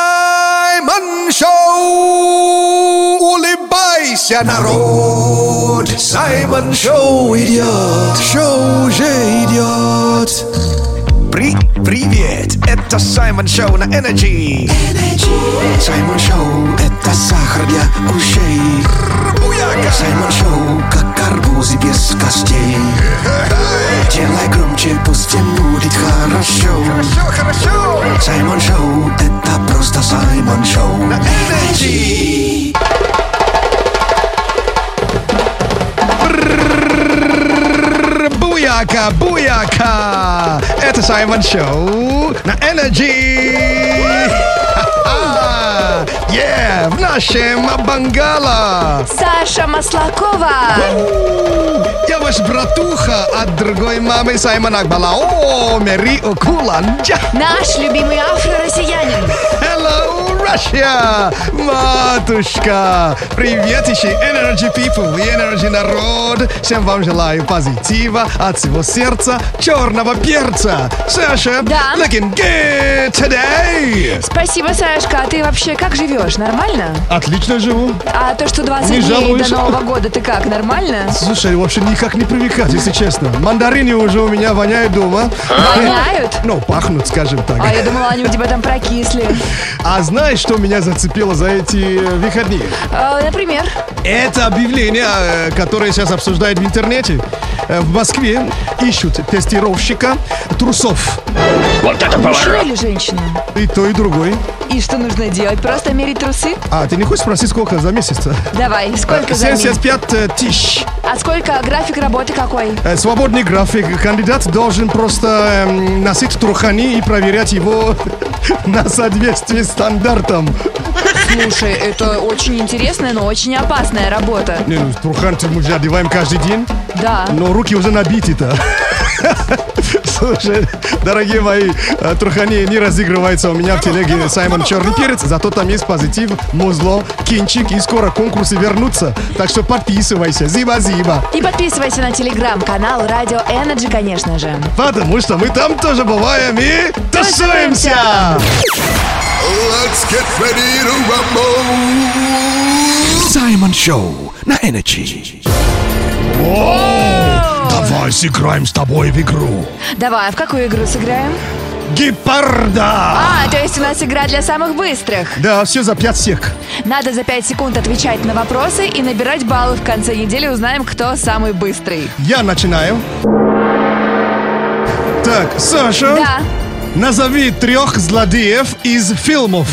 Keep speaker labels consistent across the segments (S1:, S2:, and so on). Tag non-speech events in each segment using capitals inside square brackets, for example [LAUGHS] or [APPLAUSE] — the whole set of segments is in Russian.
S1: Саймон Шоу! Улыбайся, народ! Саймон Шоу идет! Шоу уже идет! При привет! Это Саймон Шоу на Energy! Саймон Шоу – это сахар для ушей! Саймон Шоу – как арбузы без костей! Делай громче, пусть всем будет хорошо!
S2: хорошо.
S1: Саймон Шоу, это просто Саймон Шоу. На Energy.
S2: Буяка, буяка. Это Саймон Шоу на Energy. Ха-ха. Yeah, в нашем бангала.
S3: Саша Маслакова.
S2: Я ваш братуха от другой мамы Саймона Акбала. О, Мэри Окулан.
S3: Наш любимый афро-россиянин.
S2: Hello, Russia! Матушка! Привет еще Energy People и Energy народ! Всем вам желаю позитива от всего сердца, черного перца! Саша,
S3: Да.
S2: looking good today!
S3: Спасибо, Сашка. А ты вообще как живешь? Нормально?
S2: Отлично живу.
S3: А то, что 20
S2: Не
S3: дней
S2: жалуюсь.
S3: до Нового года, ты как, нормально?
S2: Слушай, вообще никак не привыкать, если честно. Мандарины уже у меня воняют дома.
S3: Воняют?
S2: Ну, пахнут, скажем так.
S3: А я думала, они у тебя там прокисли.
S2: А знаешь, что меня зацепило за эти э, выходные?
S3: А, например,
S2: Это объявление, э, которое сейчас обсуждают в интернете. Э, В Москве ищут тестировщика трусов.
S3: мужчина или женщина?
S2: И то, и другой.
S3: И что нужно делать? Просто мерить трусы?
S2: А, ты не хочешь спросить, сколько за месяц?
S3: Давай, сколько за ним?
S2: 75 э, тысяч.
S3: А сколько график работы какой?
S2: Э, Свободный график. Кандидат должен просто эм, носить трухани и проверять его [LAUGHS] на соответствие стандартам.
S3: Слушай, это очень интересная, но очень опасная работа.
S2: Не, ну, трухан мы же одеваем каждый день.
S3: Да.
S2: Но руки уже набиты-то. [LAUGHS] Слушай, дорогие мои, э, трухани не разыгрывается у меня в телеге Саймон Черный Перец, зато там есть позитив, музло, кинчик, и скоро конкурсы вернутся. Так что подписывайся, зиба-зиба,
S3: И подписывайся на телеграм-канал Радио Energy, конечно же.
S2: потому что мы там тоже бываем и тусуемся!
S4: Let's get ready to rumble.
S1: Саймон Шоу на Energy.
S2: Давай сыграем с тобой в игру.
S3: Давай, а в какую игру сыграем?
S2: Гепарда!
S3: А, то есть у нас игра для самых быстрых.
S2: Да, все за пять сек.
S3: Надо за 5 секунд отвечать на вопросы и набирать баллы в конце недели. Узнаем, кто самый быстрый.
S2: Я начинаю. Так, Саша,
S3: Да.
S2: назови трех злодеев из фильмов.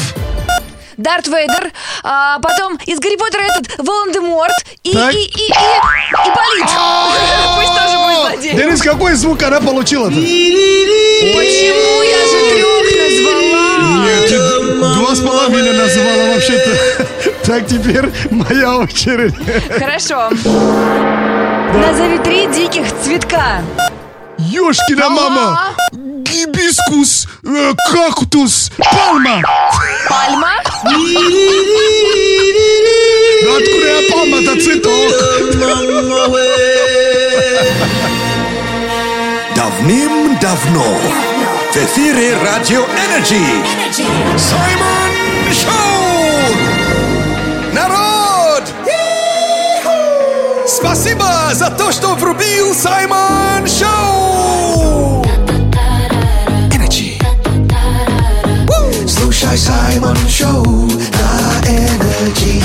S3: Дарт Вейдер, а потом из Гарри Поттера этот Волан-де-Морт и, и,
S2: Так. А!
S3: и, и, и Ипполит. Пусть тоже будет злодей.
S2: Денис, какой звук она получила-то?
S3: Почему я же трех назвала?
S2: Нет, ты Два с половиной называла вообще-то. Так, теперь моя очередь.
S3: Хорошо. Назови три диких цветка.
S2: Ёшкина мама! Гибискус, э, кактус, пальма!
S3: Пальма?
S2: Ну откуда я пальма-то цветок?
S1: Давным-давно в эфире Радио Energy. Саймон Шоу! Народ! Спасибо за то, что врубил Саймон Шоу! Energy. Слушай Саймон Шоу на Energy.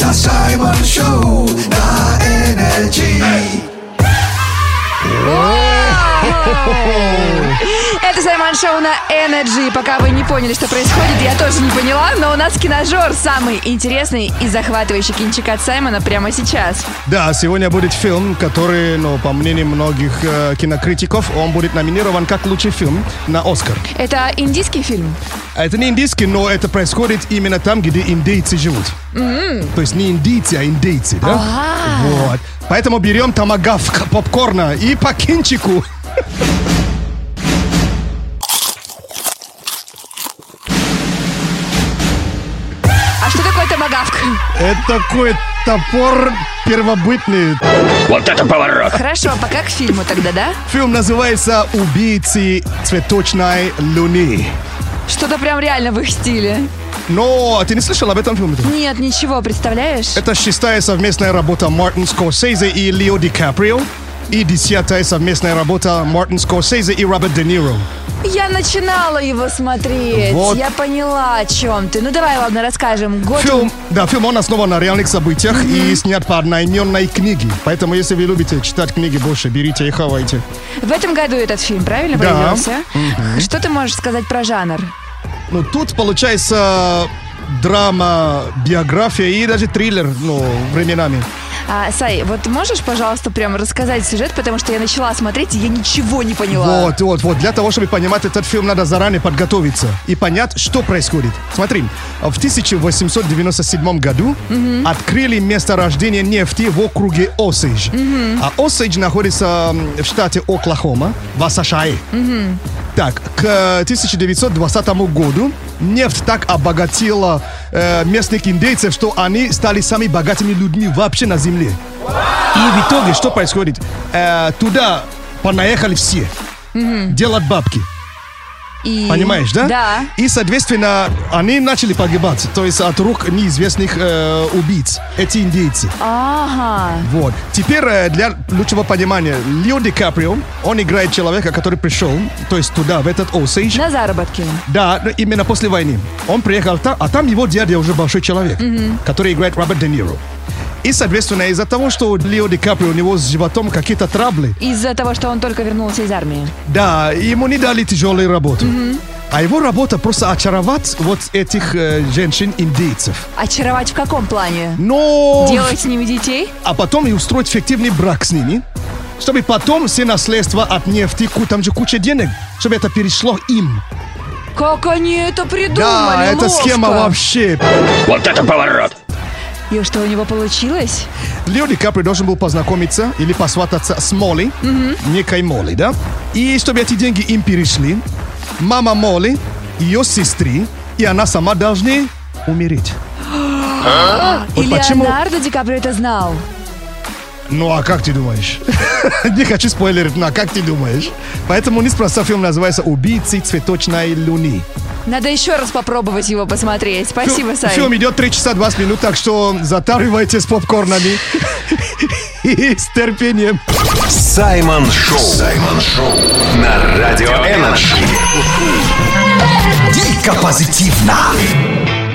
S1: Это Саймон Шоу на Energy.
S3: Это Саймон Шоу на Energy. Пока вы не поняли, что происходит, я тоже не поняла, но у нас киножор самый интересный и захватывающий кинчик от Саймона прямо сейчас.
S2: Да, сегодня будет фильм, который, ну, по мнению многих э, кинокритиков, он будет номинирован как лучший фильм на Оскар.
S3: Это индийский фильм?
S2: А Это не индийский, но это происходит именно там, где индейцы живут. То есть не индийцы, а индейцы, да?
S3: Ага.
S2: Вот. Поэтому берем томагавк попкорна и по кинчику.
S3: А что такое томагавк?
S2: Это такой топор первобытный.
S5: Вот это поворот!
S3: Хорошо, а пока к фильму тогда, да?
S2: Фильм называется «Убийцы цветочной луны».
S3: Что-то прям реально в их стиле.
S2: Но ты не слышал об этом фильме?
S3: Нет, ничего, представляешь?
S2: Это шестая совместная работа Мартин Скорсезе и Лео Ди Каприо. И десятая совместная работа Мартин Скорсезе и Роберт Де Ниро.
S3: Я начинала его смотреть.
S2: Вот.
S3: Я поняла, о чем ты. Ну давай, ладно, расскажем. Год.
S2: Фильм, да, фильм, он основан на реальных событиях и снят по одноименной книге. Поэтому, если вы любите читать книги больше, берите и хавайте.
S3: В этом году этот фильм, правильно,
S2: Да.
S3: появился? Что ты можешь сказать про жанр?
S2: Ну, тут получается драма, биография и даже триллер, ну, временами.
S3: А, Сай, вот можешь, пожалуйста, прям рассказать сюжет, потому что я начала смотреть, и я ничего не поняла.
S2: Вот, вот, вот. Для того, чтобы понимать этот фильм, надо заранее подготовиться и понять, что происходит. Смотри, в 1897 году открыли место рождения нефти в округе Осейдж. А Осейдж находится м, в штате Оклахома, в США. Так, к э, 1920 году нефть так обогатила э, местных индейцев, что они стали самыми богатыми людьми вообще на Земле. И в итоге что происходит? Э, туда понаехали все. Делать бабки.
S3: И-
S2: Понимаешь, да?
S3: Да.
S2: И, соответственно, они начали погибать. То есть от рук неизвестных э, убийц. Эти индейцы.
S3: Ага.
S2: Вот. Теперь э, для лучшего понимания. Лео Ди Каприо, он играет человека, который пришел, то есть туда, в этот Осейдж.
S3: На заработки.
S2: Да, ну, именно после войны. Он приехал там, а там его дядя уже большой человек, который играет Роберт Де Ниро. И, соответственно, из-за того, что Лео Ди Каприо, у него с животом какие-то траблы,
S3: Из-за того, что он только вернулся из армии.
S2: да, ему не дали тяжелую работу. А его работа просто очаровать вот этих э, женщин-индейцев.
S3: Очаровать в каком плане?
S2: Но...
S3: Делать с ними детей?
S2: А потом и устроить фиктивный брак с ними, чтобы потом все наследство от нефти, ку- там же куча денег, чтобы это перешло им.
S3: Как они это придумали?
S2: да, эта
S3: Ловко.
S2: схема вообще.
S5: Вот это поворот!
S3: И что у него получилось?
S2: Лео Ди Каприо должен был познакомиться или посвататься с Молли, некой Молли, да? И чтобы эти деньги им перешли, мама Молли, ее сестры и она сама должны умереть.
S3: И
S2: Вот почему-
S3: Леонардо Ди Каприо это знал.
S2: Ну а как ты думаешь? [LAUGHS] не хочу спойлерить, но а как ты думаешь? Поэтому неспроста фильм называется «Убийцы цветочной луны».
S3: Надо еще раз попробовать его посмотреть. Спасибо,
S2: Фи-
S3: Сай.
S2: Фильм идет 3 часа 20 минут, так что затаривайте с попкорнами [LAUGHS] и с терпением.
S6: Саймон Шоу. Саймон Шоу. На Радио Энерджи.
S1: Дико позитивно.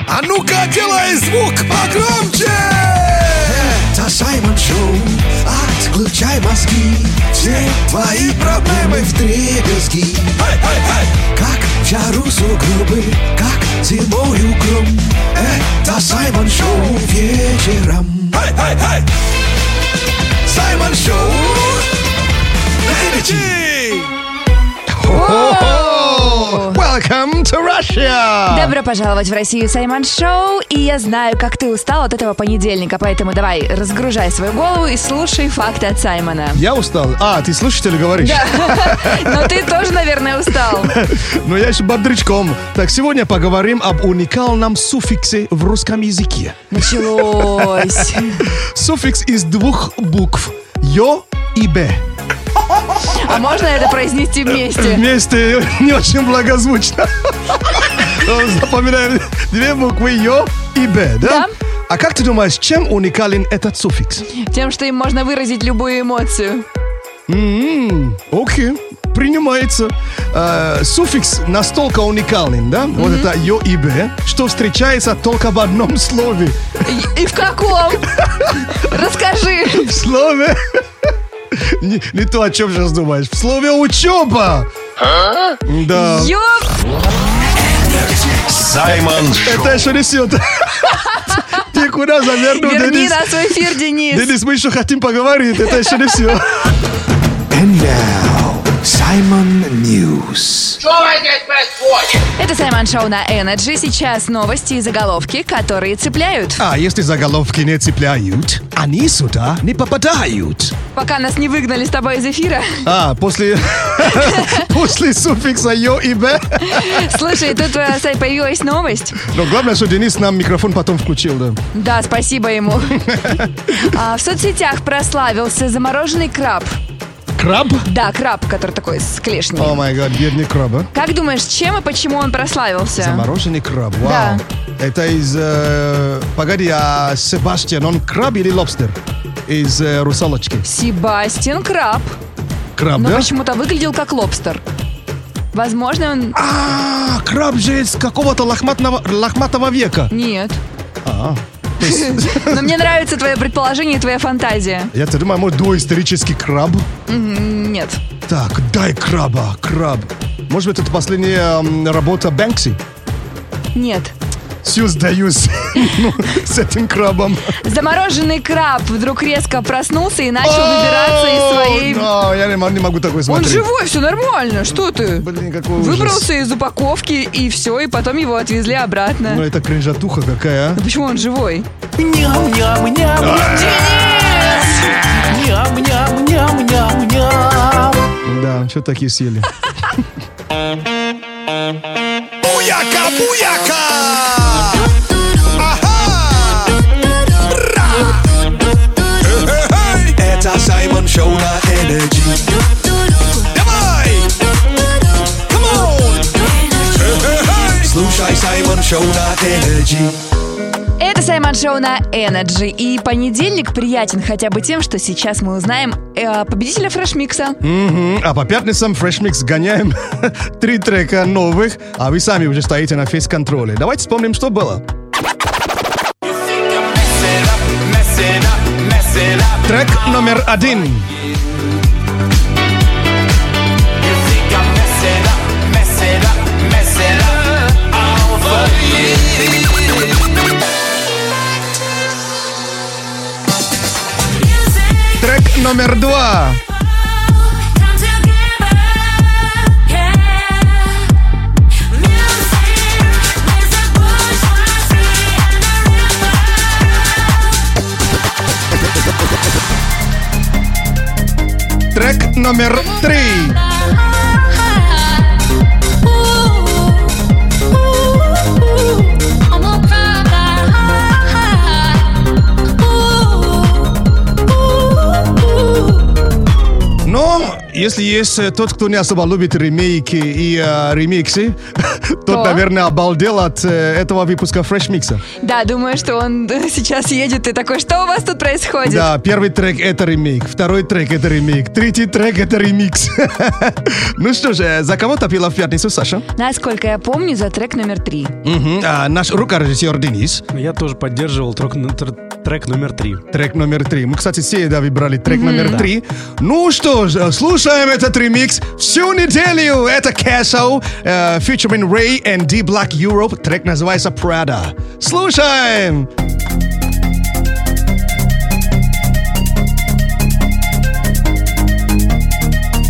S1: А ну-ка, делай звук погромче! Это Саймон Шоу, отключай мозги. Все твои проблемы в дребезги. Как в жару сугробы, как зимою гром. Это Саймон Шоу вечером. Саймон Шоу на Энерджи!
S2: О, Welcome to Russia!
S3: Добро пожаловать в Россию, Саймон Шоу. И я знаю, как ты устал от этого понедельника, поэтому давай разгружай свою голову и слушай факты от Саймона.
S2: Я устал. А, ты слушатель говоришь?
S3: Но ты тоже, наверное, устал.
S2: Но Ну, я еще бодрячком. Так, сегодня поговорим об уникальном суффиксе в русском языке.
S3: Началось.
S2: Суффикс из двух букв. Ё и Б.
S3: А можно это произнести вместе?
S2: Вместе [LAUGHS] не очень благозвучно. Запоминаем две буквы Ё и Б, да?
S3: Да.
S2: А как ты думаешь, чем уникален этот суффикс?
S3: Тем, что им можно выразить любую эмоцию.
S2: М, Окей, принимается. Э, Суффикс настолько уникален, да? Вот это «ё» и «б», что встречается только в одном слове.
S3: И- И в каком? Расскажи.
S2: В слове... [LAUGHS] Не, не то, о чем сейчас думаешь. В слове «учеба». Да.
S3: Ёп!
S6: Саймон Шоу.
S2: Это еще не все. [LAUGHS] Ты куда завернул,
S3: Верни
S2: Ну, Денис?
S3: нас в эфир, Денис.
S2: Денис, мы еще хотим поговорить. Это еще не все.
S1: And now, Simon Саймон Ньюс.
S3: Это Саймон Шоу на Energy. Сейчас новости и заголовки, которые цепляют.
S2: [LAUGHS] А если заголовки не цепляют, они сюда не попадают.
S3: Пока нас не выгнали с тобой из эфира.
S2: А, после... [LAUGHS] после суффикса «ё» и «б».
S3: Слушай, тут э, Сань, появилась новость.
S2: Но главное, что Денис нам микрофон потом включил, да.
S3: Да,
S2: [LAUGHS]
S3: спасибо ему. А, в соцсетях прославился замороженный краб.
S2: Краб?
S3: Да, краб, который такой с клешней.
S2: О май гад, бедный краб, а?
S3: Как думаешь, чем и почему он прославился?
S2: Замороженный краб, вау. Это из... э, погоди, а Себастьян, он краб или лобстер? Из э, «Русалочки». Ну,
S3: Себастьян Краб.
S2: Краб,
S3: Но
S2: А, да?
S3: почему-то выглядел как лобстер. Возможно, он...
S2: А, краб же из какого-то лохматного, лохматого века.
S3: Нет.
S2: А, то [LAUGHS] есть,
S3: Но мне нравится твое предположение и твоя фантазия.
S2: я-то думаю, может, доисторический краб?
S3: М, Нет.
S2: Так, дай краба, краб. Может быть, это последняя м, работа Бэнкси?
S3: Нет.
S2: Все сдаюсь [LAUGHS] Ну, с этим крабом.
S3: Замороженный краб вдруг резко проснулся и начал выбираться из своей...
S2: О, да, Я не мо- не могу такой
S3: Он
S2: смотреть.
S3: живой, все нормально, что ты?
S2: Блин, какой ужас.
S3: Выбрался из упаковки и все, и потом его отвезли
S2: Ну,
S3: обратно.
S2: это кринжатуха какая, а?
S3: Да Почему он живой?
S2: Да, что такие съели?
S4: Буяка, буяка! Ага! Ра! Эй, эй, эй!
S1: Это Саймон Шоу на Energy.
S4: Давай! Come on! Эй, эй, эй!
S1: Слушай Саймон Шоу на Energy.
S3: Это Саймон Шоу на Energy. И понедельник приятен хотя бы тем, что сейчас мы узнаем э, победителя фрешмикса.
S2: Мгм. А по пятницам Fresh Mix гоняем [LAUGHS] три трека новых, а вы сами уже стоите на фейс-контроле. Давайте вспомним, что было. Трек номер один. Трек номер два. Трек номер три. Но если есть э, тот, кто не особо любит ремейки и э, ремиксы, [LAUGHS] тот,
S3: То?
S2: наверное, обалдел от э, этого выпуска Fresh Mix.
S3: Да, думаю, что он [LAUGHS] э, сейчас едет и такой, что у вас тут происходит?
S2: Да, первый трек это ремейк, второй трек это ремейк, третий трек это ремикс. [LAUGHS] Ну что же, э, за кого топила в пятницу, Саша?
S3: Насколько я помню, за трек номер три.
S2: Мгм, а, Наш рукорежиссер Денис,
S7: Я тоже поддерживал трек, н- тр- трек номер три.
S2: трек номер три. Мы, кстати, все да, выбрали трек номер три. Ну что же, слушаем этот ремикс всю неделю. Это Castle, э, featuring Ray and D Black Europe. Трек называется Prada. Слушаем!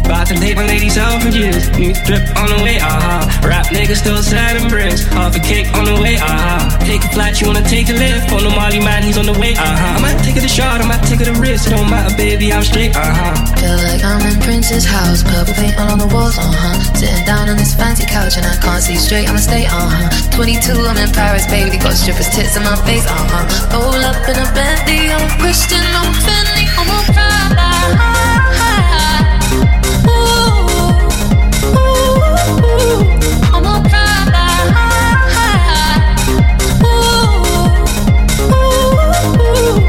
S8: About to date my lady so confused. New drip on the way, aha. Rap niggas still selling bricks. Half a cake on the way, aha. Take a flight, you wanna take a lift. On the Molly man, he's on the way, aha. I might take it a shot, I might take it a risk. It don't matter, baby, I'm straight, uh-huh. aha.
S9: Feel like I'm in Prince's house, purple paint all on the walls, uh huh. Sitting down on this fancy couch and I can't see straight, I'ma stay, uh huh. 22, I'm in Paris, baby, got strippers' tits in my face, uh huh. Roll up in a bendy, I'm a Christian, I'm Fendi, I'm a Prada. Ooh, ooh, ooh, I'm a Prada. Ooh, ooh, ooh.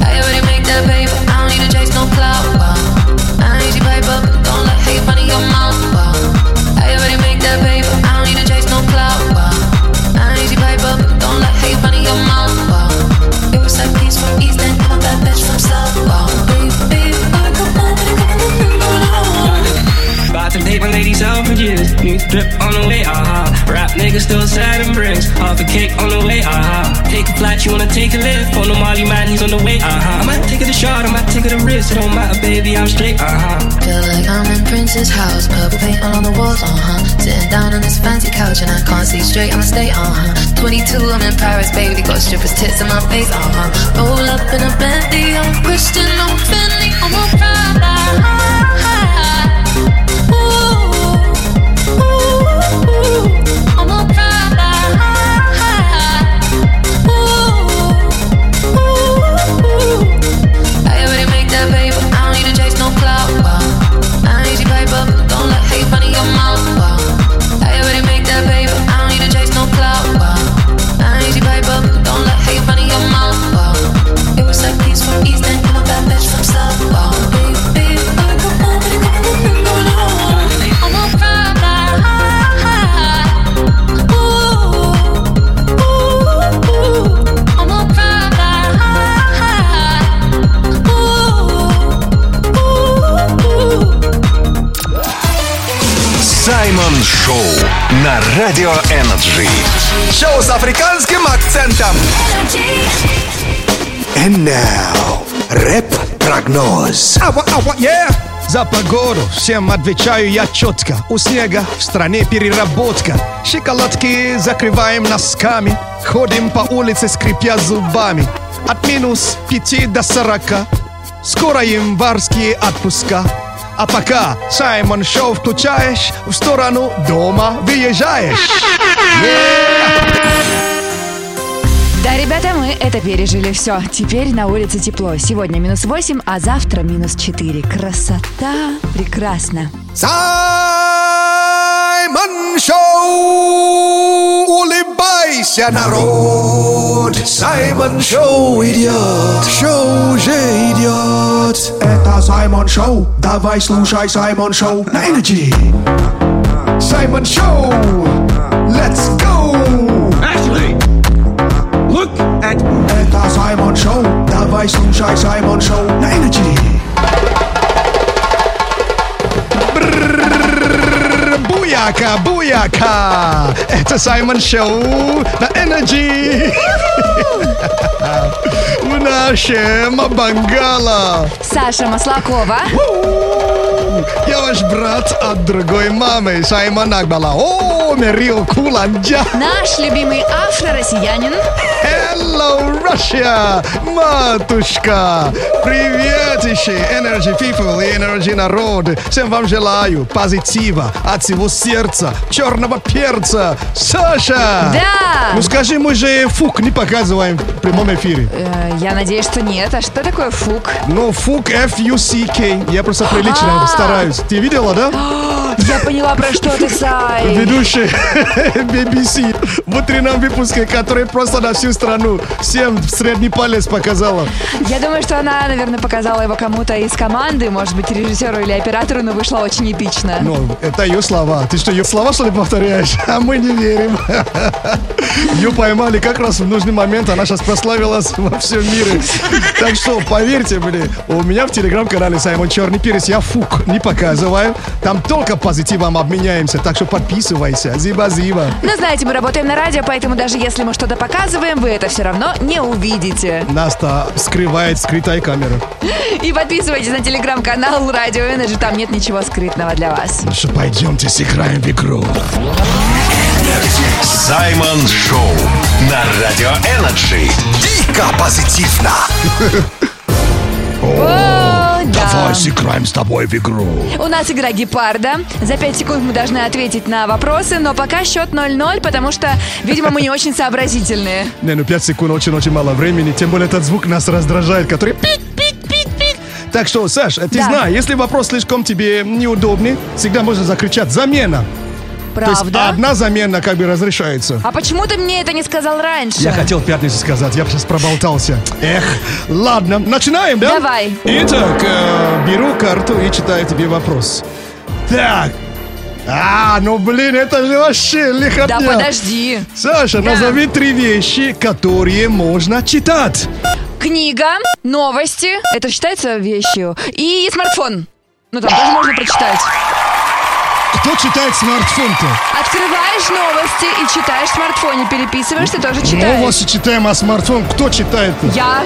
S9: I already make that paper. I don't need to chase no clout. Wow. I need your paper, but don't let hate funny your mouth. Wow. I already make that paper. I don't need to chase no clout. Wow. I need your paper, but don't let hate funny your mouth. Wow. You a side piece from East and I'm a bad bitch from South. Wow.
S8: to date my lady selfridges. New drip on the way, aha. Rap niggas still sad and bricks. Half a cake on the way, aha. Take a flight, you wanna take a lift. On the Molly man, he's on the way, aha. I might take it a shot, I might take it a risk. It don't matter, baby, I'm straight, uh-huh. aha.
S9: Feel like I'm in Prince's house, purple paint all on the walls, uh huh. Sitting down on this fancy couch and I can't see straight, I'ma stay, uh huh. 22, I'm in Paris, baby, got strippers' tits in my face, uh huh. Roll up in a bendy, I'm Christian, I'm Fendi, I'm a Prada. Ooh, ooh, ooh, I'm a Prada. Ooh, ooh, ooh. I already make that paper. I don't need to chase no clout. Wow. I need you paper. Don't let hate run in your mouth. uh. Wow. I already make that paper. I don't need to chase no clout. Wow. I need you paper. Don't let hate run in your mouth. Wow. It was like peace from east and I'm a bad bitch from south. Wow. Baby, baby, I'm a good woman, I'm a good woman, I'm a good woman. I'm a pride. Ooh, ooh, ooh. I'm a pride. Ooh, ooh, ooh.
S6: Саймон Шоу на Радио Энерджи.
S2: Шоу с африканским акцентом.
S1: And now, рэп-прогноз.
S2: Ава, ава, yeah. За погоду всем отвечаю я четко. У снега в стране переработка. Шоколадки закрываем носками. Ходим по улице, скрипя зубами. От минус пяти до сорока. Скоро январские отпуска. А пока Саймон Шоу включаешь, в сторону дома выезжаешь.
S3: Да, ребята, мы это пережили. Все, теперь на улице тепло. Сегодня минус 8, а завтра минус 4. Красота. Прекрасно.
S1: Саймон Шоу! Улыбайся, народ! Саймон Шоу идет! Шоу уже идет! Это Саймон Шоу! Давай слушай Саймон Шоу на Energy! Саймон Шоу! Let's go! Это Саймон Шоу! Давай слушай Саймон Шоу на Energy!
S2: Буяка, буяка! Это Саймон Шоу на Energy! В нашем Бангала!
S3: Саша Маслакова.
S2: Я ваш брат от другой мамы, Саймон Акбала. О, Мерио Куланджа!
S3: Наш любимый афро-россиянин.
S2: Hello, Russia! Матушка! Привет еще, Energy People и Energy Народ! Всем вам желаю позитива от всего сердца, черного перца! Саша!
S3: Да!
S2: Ну скажи, мы же фук не показываем в прямом эфире.
S3: Э, Я надеюсь, что нет. А что такое фук?
S2: Ну, фук, F-U-C-K. Я просто прилично
S3: А.
S2: стараюсь. Ты видела, да?
S3: Я поняла, про что ты, Сай.
S2: Ведущий [LAUGHS] BBC в утреннем выпуске, который просто на всю страну всем средний палец показала.
S3: Я думаю, что она, наверное, показала его кому-то из команды, может быть, режиссеру или оператору, но вышло очень эпично.
S2: Ну, это ее слова. Ты что, ее слова, что ли, повторяешь? А мы не верим. Ее поймали как раз в нужный момент. Она сейчас прославилась во всем мире. Так что, поверьте мне, у меня в телеграм-канале Саймон Черный Перец я фук не показываю. Там только позитивом обменяемся. Так что подписывайся. Зиба-зиба.
S3: Но знаете, мы работаем на радио, поэтому даже если мы что-то показываем, вы это все равно не увидите.
S2: Нас-то скрывает скрытая камера.
S3: И подписывайтесь на телеграм-канал Радио Energy, там нет ничего скрытного для вас.
S2: Ну что, пойдемте сыграем в игру.
S6: Саймон Шоу на Радио Энерджи.
S1: Дико позитивно!
S3: О, да.
S2: Давай сыграем с тобой в игру.
S3: У нас игра Гепарда. За 5 секунд мы должны ответить на вопросы, но пока счет 0-0, потому что, видимо, мы не очень сообразительные.
S2: Не, ну 5 секунд очень-очень мало времени, тем более этот звук нас раздражает, который пик, пик, пик, пик. Так что, Саш, а ты
S3: Да.
S2: знай, если вопрос слишком тебе неудобный, всегда можно закричать «замена». То есть а
S3: Правда?
S2: одна замена как бы разрешается.
S3: А почему ты мне это не сказал раньше?
S2: Я хотел в пятницу сказать, я сейчас проболтался. Эх, ладно, начинаем, да?
S3: Давай.
S2: Итак, э, беру карту и читаю тебе вопрос. Так. А, ну блин, это же вообще лихотня.
S3: Да подожди.
S2: Саша,
S3: Да.
S2: назови три вещи, которые можно читать.
S3: Книга, новости, это считается вещью, и смартфон. Ну там тоже можно прочитать.
S10: Кто читает смартфон-то?
S3: Открываешь новости и читаешь в смартфоне, переписываешься, тоже читаешь.
S10: Новости читаем, а смартфон кто читает-то?
S3: Я.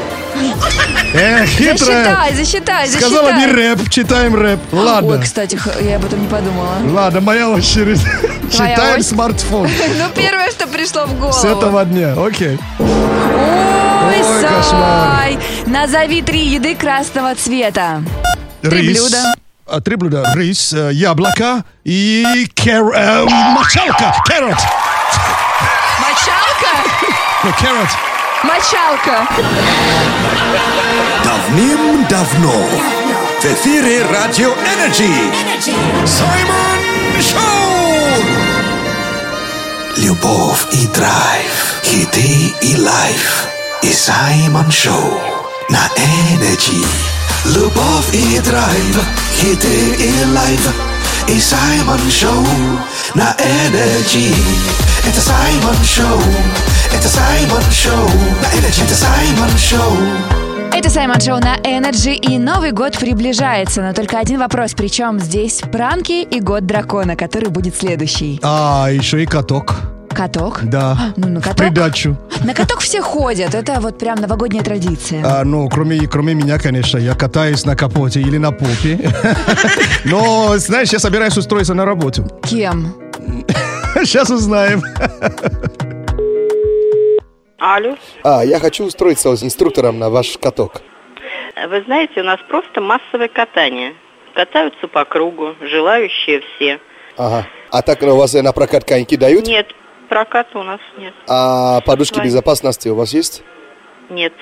S10: Э, хитрая.
S3: Засчитай, засчитай, засчитай.
S10: Сказала не рэп, читаем рэп.
S3: Ой,
S10: Ладно.
S3: кстати, х- я об этом не подумала.
S10: Ладно, моя очередь.
S3: Твоя
S10: [LAUGHS] Читаем
S3: очередь. [LAUGHS]
S10: смартфон.
S3: Ну, первое, что пришло в голову.
S10: С этого дня. Окей.
S3: Ой,
S10: Ой,
S3: Сай,
S10: кошмар.
S3: Назови три еды красного цвета. Три
S10: Рис.
S3: блюда.
S10: А, Три блюда. Рис, э, яблоко и кер... э, мочалка. Carrot.
S3: Мочалка?
S10: Ну, carrot.
S3: Мочалка.
S1: Давным-давно в эфире Радио Энерджи Саймон Шоу Любовь и драйв, хиты и лайф И Саймон Шоу на Энерджи Любовь и драйв, хиты и лайф И Саймон Шоу на Энерджи Это Саймон Шоу, это Саймон Шоу На Энерджи это Саймон Шоу
S3: Это Саймон Шоу на Energy, и Новый год приближается. Но только один вопрос, причем здесь пранки и год дракона, который будет следующий.
S10: А, еще и каток.
S3: Каток?
S10: Да.
S3: Ну, на
S10: В
S3: каток?
S10: придачу.
S3: На каток все ходят, это вот прям новогодняя традиция.
S10: А, ну, кроме, кроме меня, конечно, я катаюсь на капоте или на попе. [LAUGHS] Но, знаешь, я собираюсь устроиться на работу. [LAUGHS]
S3: Кем?
S10: Сейчас узнаем.
S11: Алло.
S12: А, я хочу устроиться с инструктором на ваш каток.
S11: Вы знаете, у нас просто массовое катание. Катаются по кругу, желающие все.
S12: Ага. А так у вас э, на прокат коньки дают?
S11: Нет, проката у нас нет.
S12: А подушки
S11: Давай.
S12: безопасности у вас есть?
S11: Нет.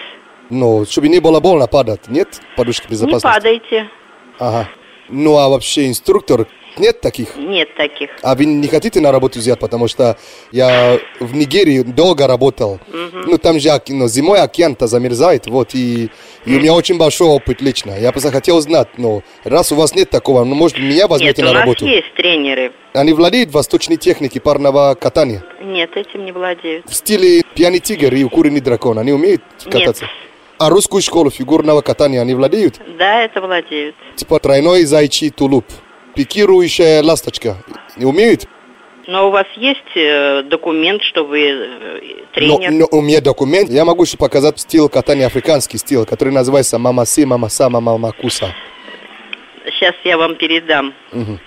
S12: Ну, чтобы не было больно падать, нет подушки
S11: Не
S12: безопасности?
S11: падайте.
S12: Ага. Ну, а вообще инструктор нет таких?
S11: Нет таких.
S12: А вы не хотите на работу взять, потому что я в Нигерии долго работал. Ну, там же оке- ну, зимой океан-то замерзает, вот, и, и у меня очень большой опыт лично. Я просто хотел знать, но раз у вас нет такого, ну, может, меня
S11: Нет,
S12: возьмете
S11: у
S12: на
S11: нас
S12: работу?
S11: есть тренеры.
S12: Они владеют восточной техникой парного катания.
S11: Нет, этим не владеют.
S12: В стиле пьяный тигр и укуренный дракон. Они умеют кататься? А русскую школу фигурного катания они владеют?
S11: Да, это владеют.
S12: Типа тройной зайчий тулуп, пикирующая ласточка. Не умеют?
S11: Но у вас есть э, документ, что вы э,
S12: Но,
S11: тренер?
S12: но у меня документ. Я могу еще показать стил катания, африканский стил, который называется мамаси, мамаса, мамамакуса.
S11: Сейчас я вам передам.
S12: Мгм.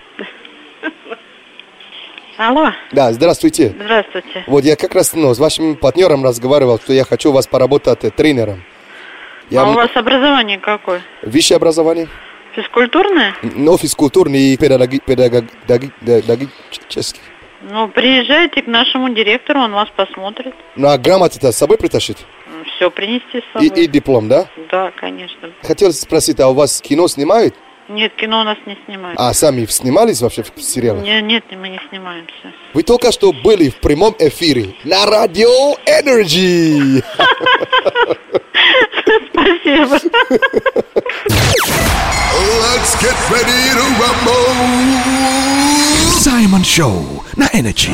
S11: Алло,
S12: Да, здравствуйте.
S11: здравствуйте.
S12: Вот я как раз ну, с вашим партнером разговаривал, что я хочу у вас поработать э, тренером. Я
S11: а у
S12: м-
S11: вас образование какое?
S12: Высшее образование?
S11: Физкультурное?
S12: Но физкультурный и педаги- педаго- даги- да- дагический.
S11: Ну, приезжайте к нашему директору, он вас посмотрит.
S12: Ну а грамоты-то с собой притащить?
S11: Все принести с
S12: И,
S11: собой.
S12: и диплом, да?
S11: Да, конечно.
S12: Хотел спросить, а у вас кино снимают?
S11: Нет, кино у нас не снимают.
S12: А сами снимались вообще в сериалах?
S11: Не- Нет, мы не снимаемся.
S12: Вы только что были в прямом эфире на Радио Energy.
S11: [LAUGHS] Спасибо.
S4: Let's get ready to rumble.
S1: Саймон Шоу на Energy.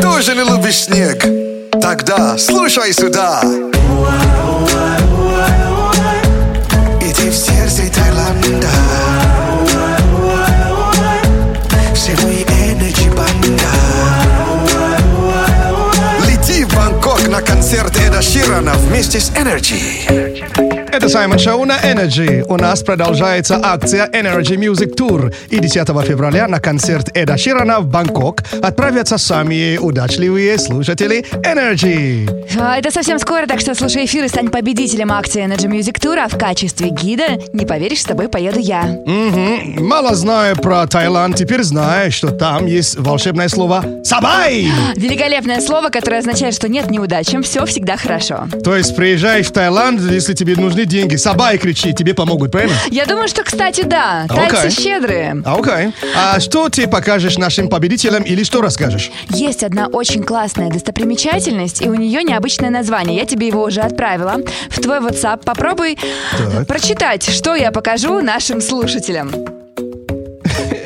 S1: Тоже не любишь снег? Тогда слушай сюда. Иди в сердце Таиланда. Все мы Energy банда. Лети в Бангкок на концерт Эда Ширана вместе с Energy.
S2: Это Саймон Шоу на Energy. У нас продолжается акция Energy Music Tour. И 10 февраля на концерт Эда Ширана в Бангкок отправятся самые удачливые слушатели Energy.
S3: А, Это совсем скоро, так что слушай эфир и стань победителем акции Energy Music Tour, а в качестве гида, не поверишь, с тобой поеду я.
S2: Мгм. Мало знаю про Таиланд, теперь знаю, что там есть волшебное слово «сабай».
S3: Великолепное слово, которое означает, что нет неудачам, все всегда хорошо.
S2: То есть приезжай в Таиланд, если тебе нужны деньги, «сабай» кричи, тебе помогут, правильно?
S3: Я думаю, что, кстати,
S10: А,
S3: да, тайцы
S2: Окей.
S3: щедрые.
S2: А, Окей. А что ты покажешь нашим победителям или что расскажешь?
S3: Есть одна очень классная достопримечательность, и у нее необычное название. Я тебе его уже отправила в твой WhatsApp. Попробуй прочитать, что я покажу нашим слушателям.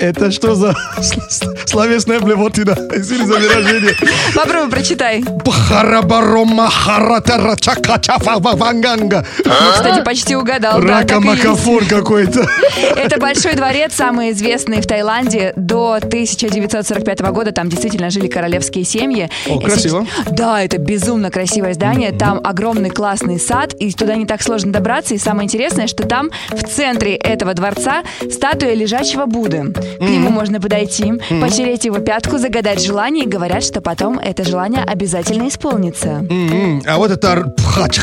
S2: Это что за [LAUGHS] словесная блевотина? Извини за выражение.
S3: Попробуй, прочитай.
S2: Харабаромахаратарачакачафаванганга.
S3: Ну, кстати, почти угадал. да, так и есть.
S2: Ракамакафур какой-то.
S3: Это большой дворец, самый известный в Таиланде до 1945 года. Там действительно жили королевские семьи.
S2: О,
S3: И
S2: красиво.
S3: сейчас- Да, это безумно красивое здание. Там огромный классный сад, и туда не так сложно добраться. И самое интересное, что там в центре этого дворца статуя лежачего Будды. К нему можно подойти, потереть его пятку, загадать желание, и говорят, что потом это желание обязательно исполнится.
S2: М, [LAUGHS] А вот это... р- пхач-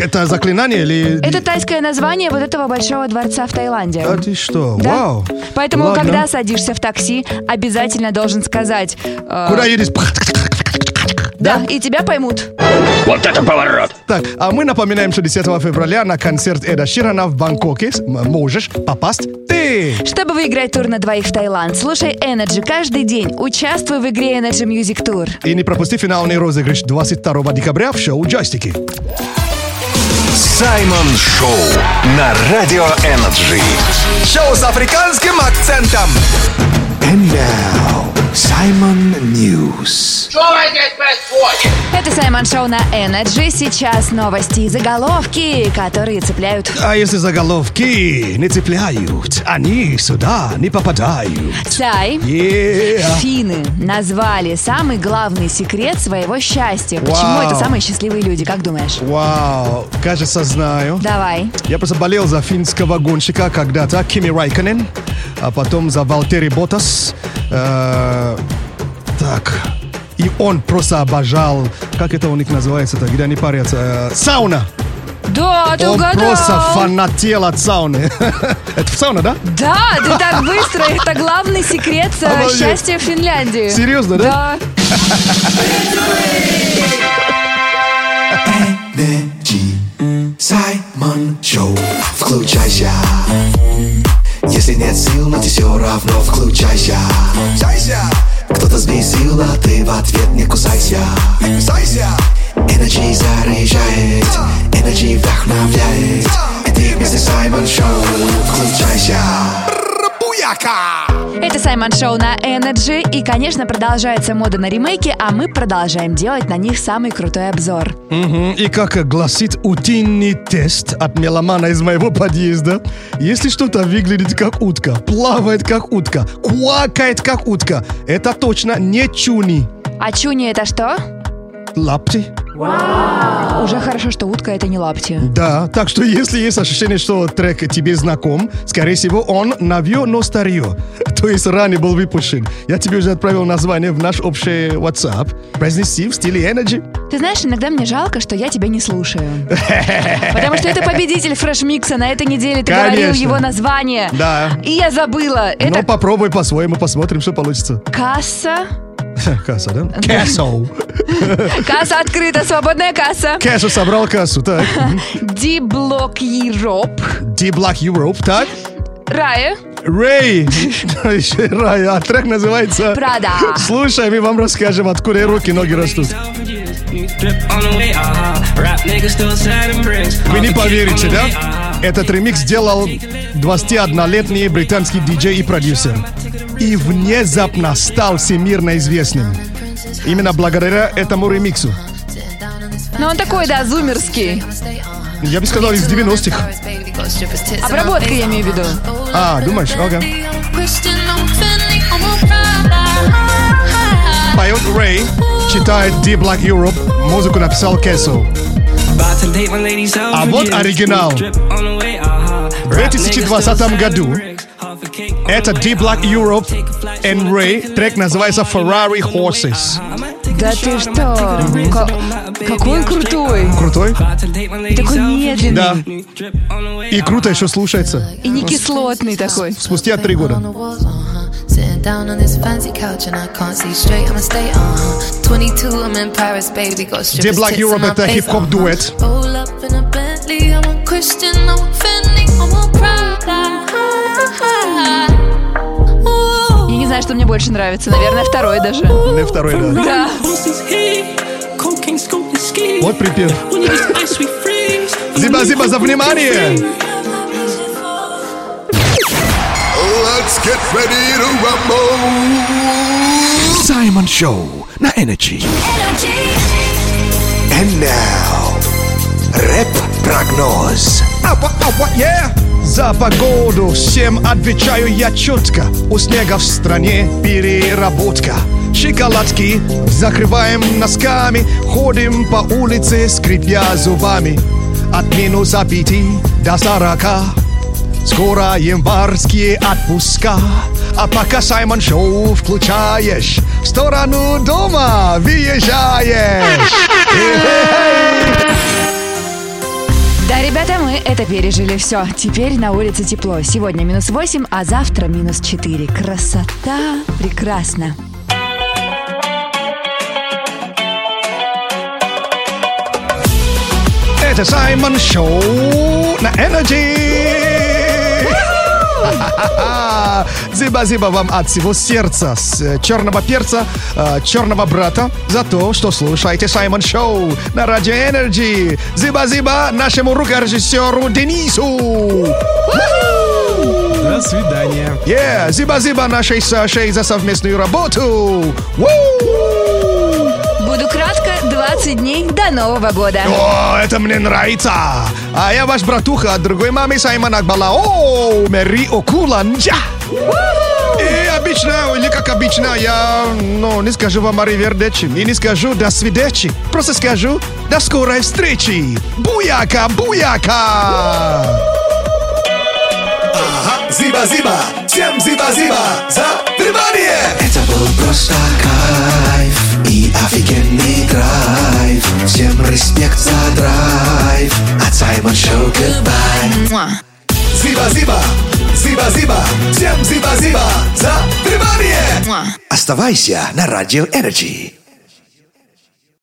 S2: Это заклинание или...
S3: Это тайское название вот этого большого дворца в Таиланде.
S2: А ты что?
S3: Да.
S2: Вау.
S3: Поэтому,
S2: Ладно.
S3: когда садишься в такси, обязательно должен сказать... э,
S2: Куда едешь? Пх,
S3: Да, и тебя поймут.
S13: Вот это поворот!
S2: Так, а мы напоминаем, что 10 февраля на концерт Эда Ширана в Бангкоке с- м- можешь попасть ты.
S3: Чтобы выиграть тур на двоих в Таиланд, слушай Energy каждый день. Участвуй в игре Energy Music Tour.
S2: И не пропусти финальный розыгрыш 22 декабря в шоу «Джойстики».
S14: Саймон Шоу на Радио Энерджи.
S1: Шоу с африканским акцентом. And now, Simon News.
S3: Это Саймон Шоу на Energy. Сейчас новости и заголовки, которые цепляют.
S2: А если заголовки не цепляют, они сюда не попадают.
S3: Цай.
S2: Yeah.
S3: Финны назвали самый главный секрет своего счастья. Почему
S2: Вау.
S3: это самые счастливые люди, как думаешь?
S2: Вау, кажется, знаю.
S3: Давай.
S2: Я просто болел за финского гонщика когда-то, Кими Райконен, а потом за Валтери Ботас. Э, так, и он просто обожал, как это у них называется-то, где они парятся, Э, сауна.
S3: Да, ты
S2: он
S3: угадал.
S2: просто фанател от сауны. [LAUGHS] это сауна, да?
S3: Да, ты так быстро. Это главный секрет э,
S2: Обалдеть.
S3: счастья в Финляндии.
S2: Серьезно, да?
S3: Да.
S1: Energy. Саймон Шоу. Включайся. Если нет сил, но ты все равно включайся. Кто-то сбесил, а ты в ответ не кусайся. Energy заряжает, Energy вдохновляет. И ты вместе с Саймон Шоу. Включайся.
S3: Это Саймон Шоу на Energy. И, конечно, продолжается мода на ремейки, а мы продолжаем делать на них самый крутой обзор.
S2: Мгм. И как гласит утиный тест от меломана из моего подъезда, если что-то выглядит как утка, плавает как утка, квакает как утка, это точно не чуни.
S3: А чуни это что?
S2: Лапти.
S3: Уже хорошо, что утка это не лапти.
S2: Да, так что если есть ощущение, что трек тебе знаком, скорее всего, он новье, но старье. [LAUGHS] То есть ранее был выпущен. Я тебе уже отправил название в наш общий WhatsApp. Произнеси в стиле Energy.
S3: Ты знаешь, иногда мне жалко, что я тебя не слушаю. Потому что это победитель фреш-микса на этой неделе. Ты говорил
S2: Конечно.
S3: его название.
S2: Да. Ну,
S3: И я забыла.
S2: Но
S3: Это
S2: попробуй по-своему, посмотрим, что получится. [LAUGHS]
S3: касса.
S2: Касса, да? Кэссел.
S3: Касса открыта, свободная касса.
S2: Кэссел собрал кассу, так.
S3: Диблок Ероп.
S2: D-Black Europe, так.
S3: Рая.
S2: Рэй! [LAUGHS] Еще и Рай, а трек называется...
S3: Прада.
S2: Слушаем и вам расскажем, откуда и руки, и ноги растут. Вы не поверите, да? Этот ремикс сделал 21-летний британский диджей и продюсер. И внезапно стал всемирно известным. Именно благодаря этому ремиксу.
S3: Но Ну, он такой, да, зумерский.
S2: Я бы сказал, из 90-х.
S3: Обработка, я имею в виду.
S2: А, думаешь? Ага. Поет Рэй, читает Deep Black Europe, музыку написал Кесл.
S8: А
S2: вот оригинал. В 2020 году это Deep Black Europe and Ray, трек называется Ferrari Horses.
S3: Да ты что? Ка- какой он крутой.
S2: Крутой?
S3: Такой медленный.
S2: Да. И круто еще слушается.
S3: И не кислотный такой.
S2: Спустя три года.
S9: Sitting down on this fancy couch and I can't see straight. I'ma stay on. 22, I'm in Paris, baby. Got
S2: Deep
S9: strippers
S2: Black
S9: tits in
S2: Europe
S9: my
S2: это
S9: face,
S2: хип-хоп
S9: uh-huh.
S2: дуэт.
S9: Roll up in a Bentley. I'm a Christian. I'm a Fendi. I'm a Prada.
S3: Я не знаю, что мне больше нравится. Наверное, второй даже.
S2: Мне второй, да.
S3: Да.
S2: Вот припев. Зиба-зиба за внимание!
S12: Let's get get ready to rumble.
S1: Саймон Шоу на Energy. And now, рэп-прогноз.
S2: Апа, апа, yeah! За погоду всем отвечаю я четко. У снега в стране переработка. Шоколадки закрываем носками, ходим по улице, скрипя зубами. От минуса пяти до сорока. Скоро январские отпуска. А пока Саймон Шоу включаешь, в сторону дома выезжаешь.
S3: Да, ребята, мы это пережили. Все, теперь на улице тепло. Сегодня минус 8, а завтра минус 4. Красота! Прекрасно!
S2: Это Саймон Шоу на Energy. Зиба-зиба вам от всего сердца с э, черного перца, э, черного брата за то, что слушаете Саймон Шоу на Радио Energy. Зиба-зиба нашему рукорежиссеру Денису.
S15: До свидания.
S2: Yeah, зиба-зиба нашей Сашей за совместную работу. Woo!
S3: Буду кратко 20 дней до Нового года.
S2: О, это мне нравится. А я ваш братуха от другой мамы Саймон Акбала. О, Мэри Окуланджа. И обычно, или как обычно, я ну, не скажу вам аривердечи и не скажу до свидечи. Просто скажу до скорой встречи. Буяка, буяка.
S1: Ага, зиба-зиба, всем зиба-зиба за внимание! Это был просто кайф и офигенный драйв. Всем респект за драйв. От Саймон Шоу goodbye. Зиба-зиба, зиба-зиба, всем зиба-зиба за внимание! Оставайся на Радио Энерджи.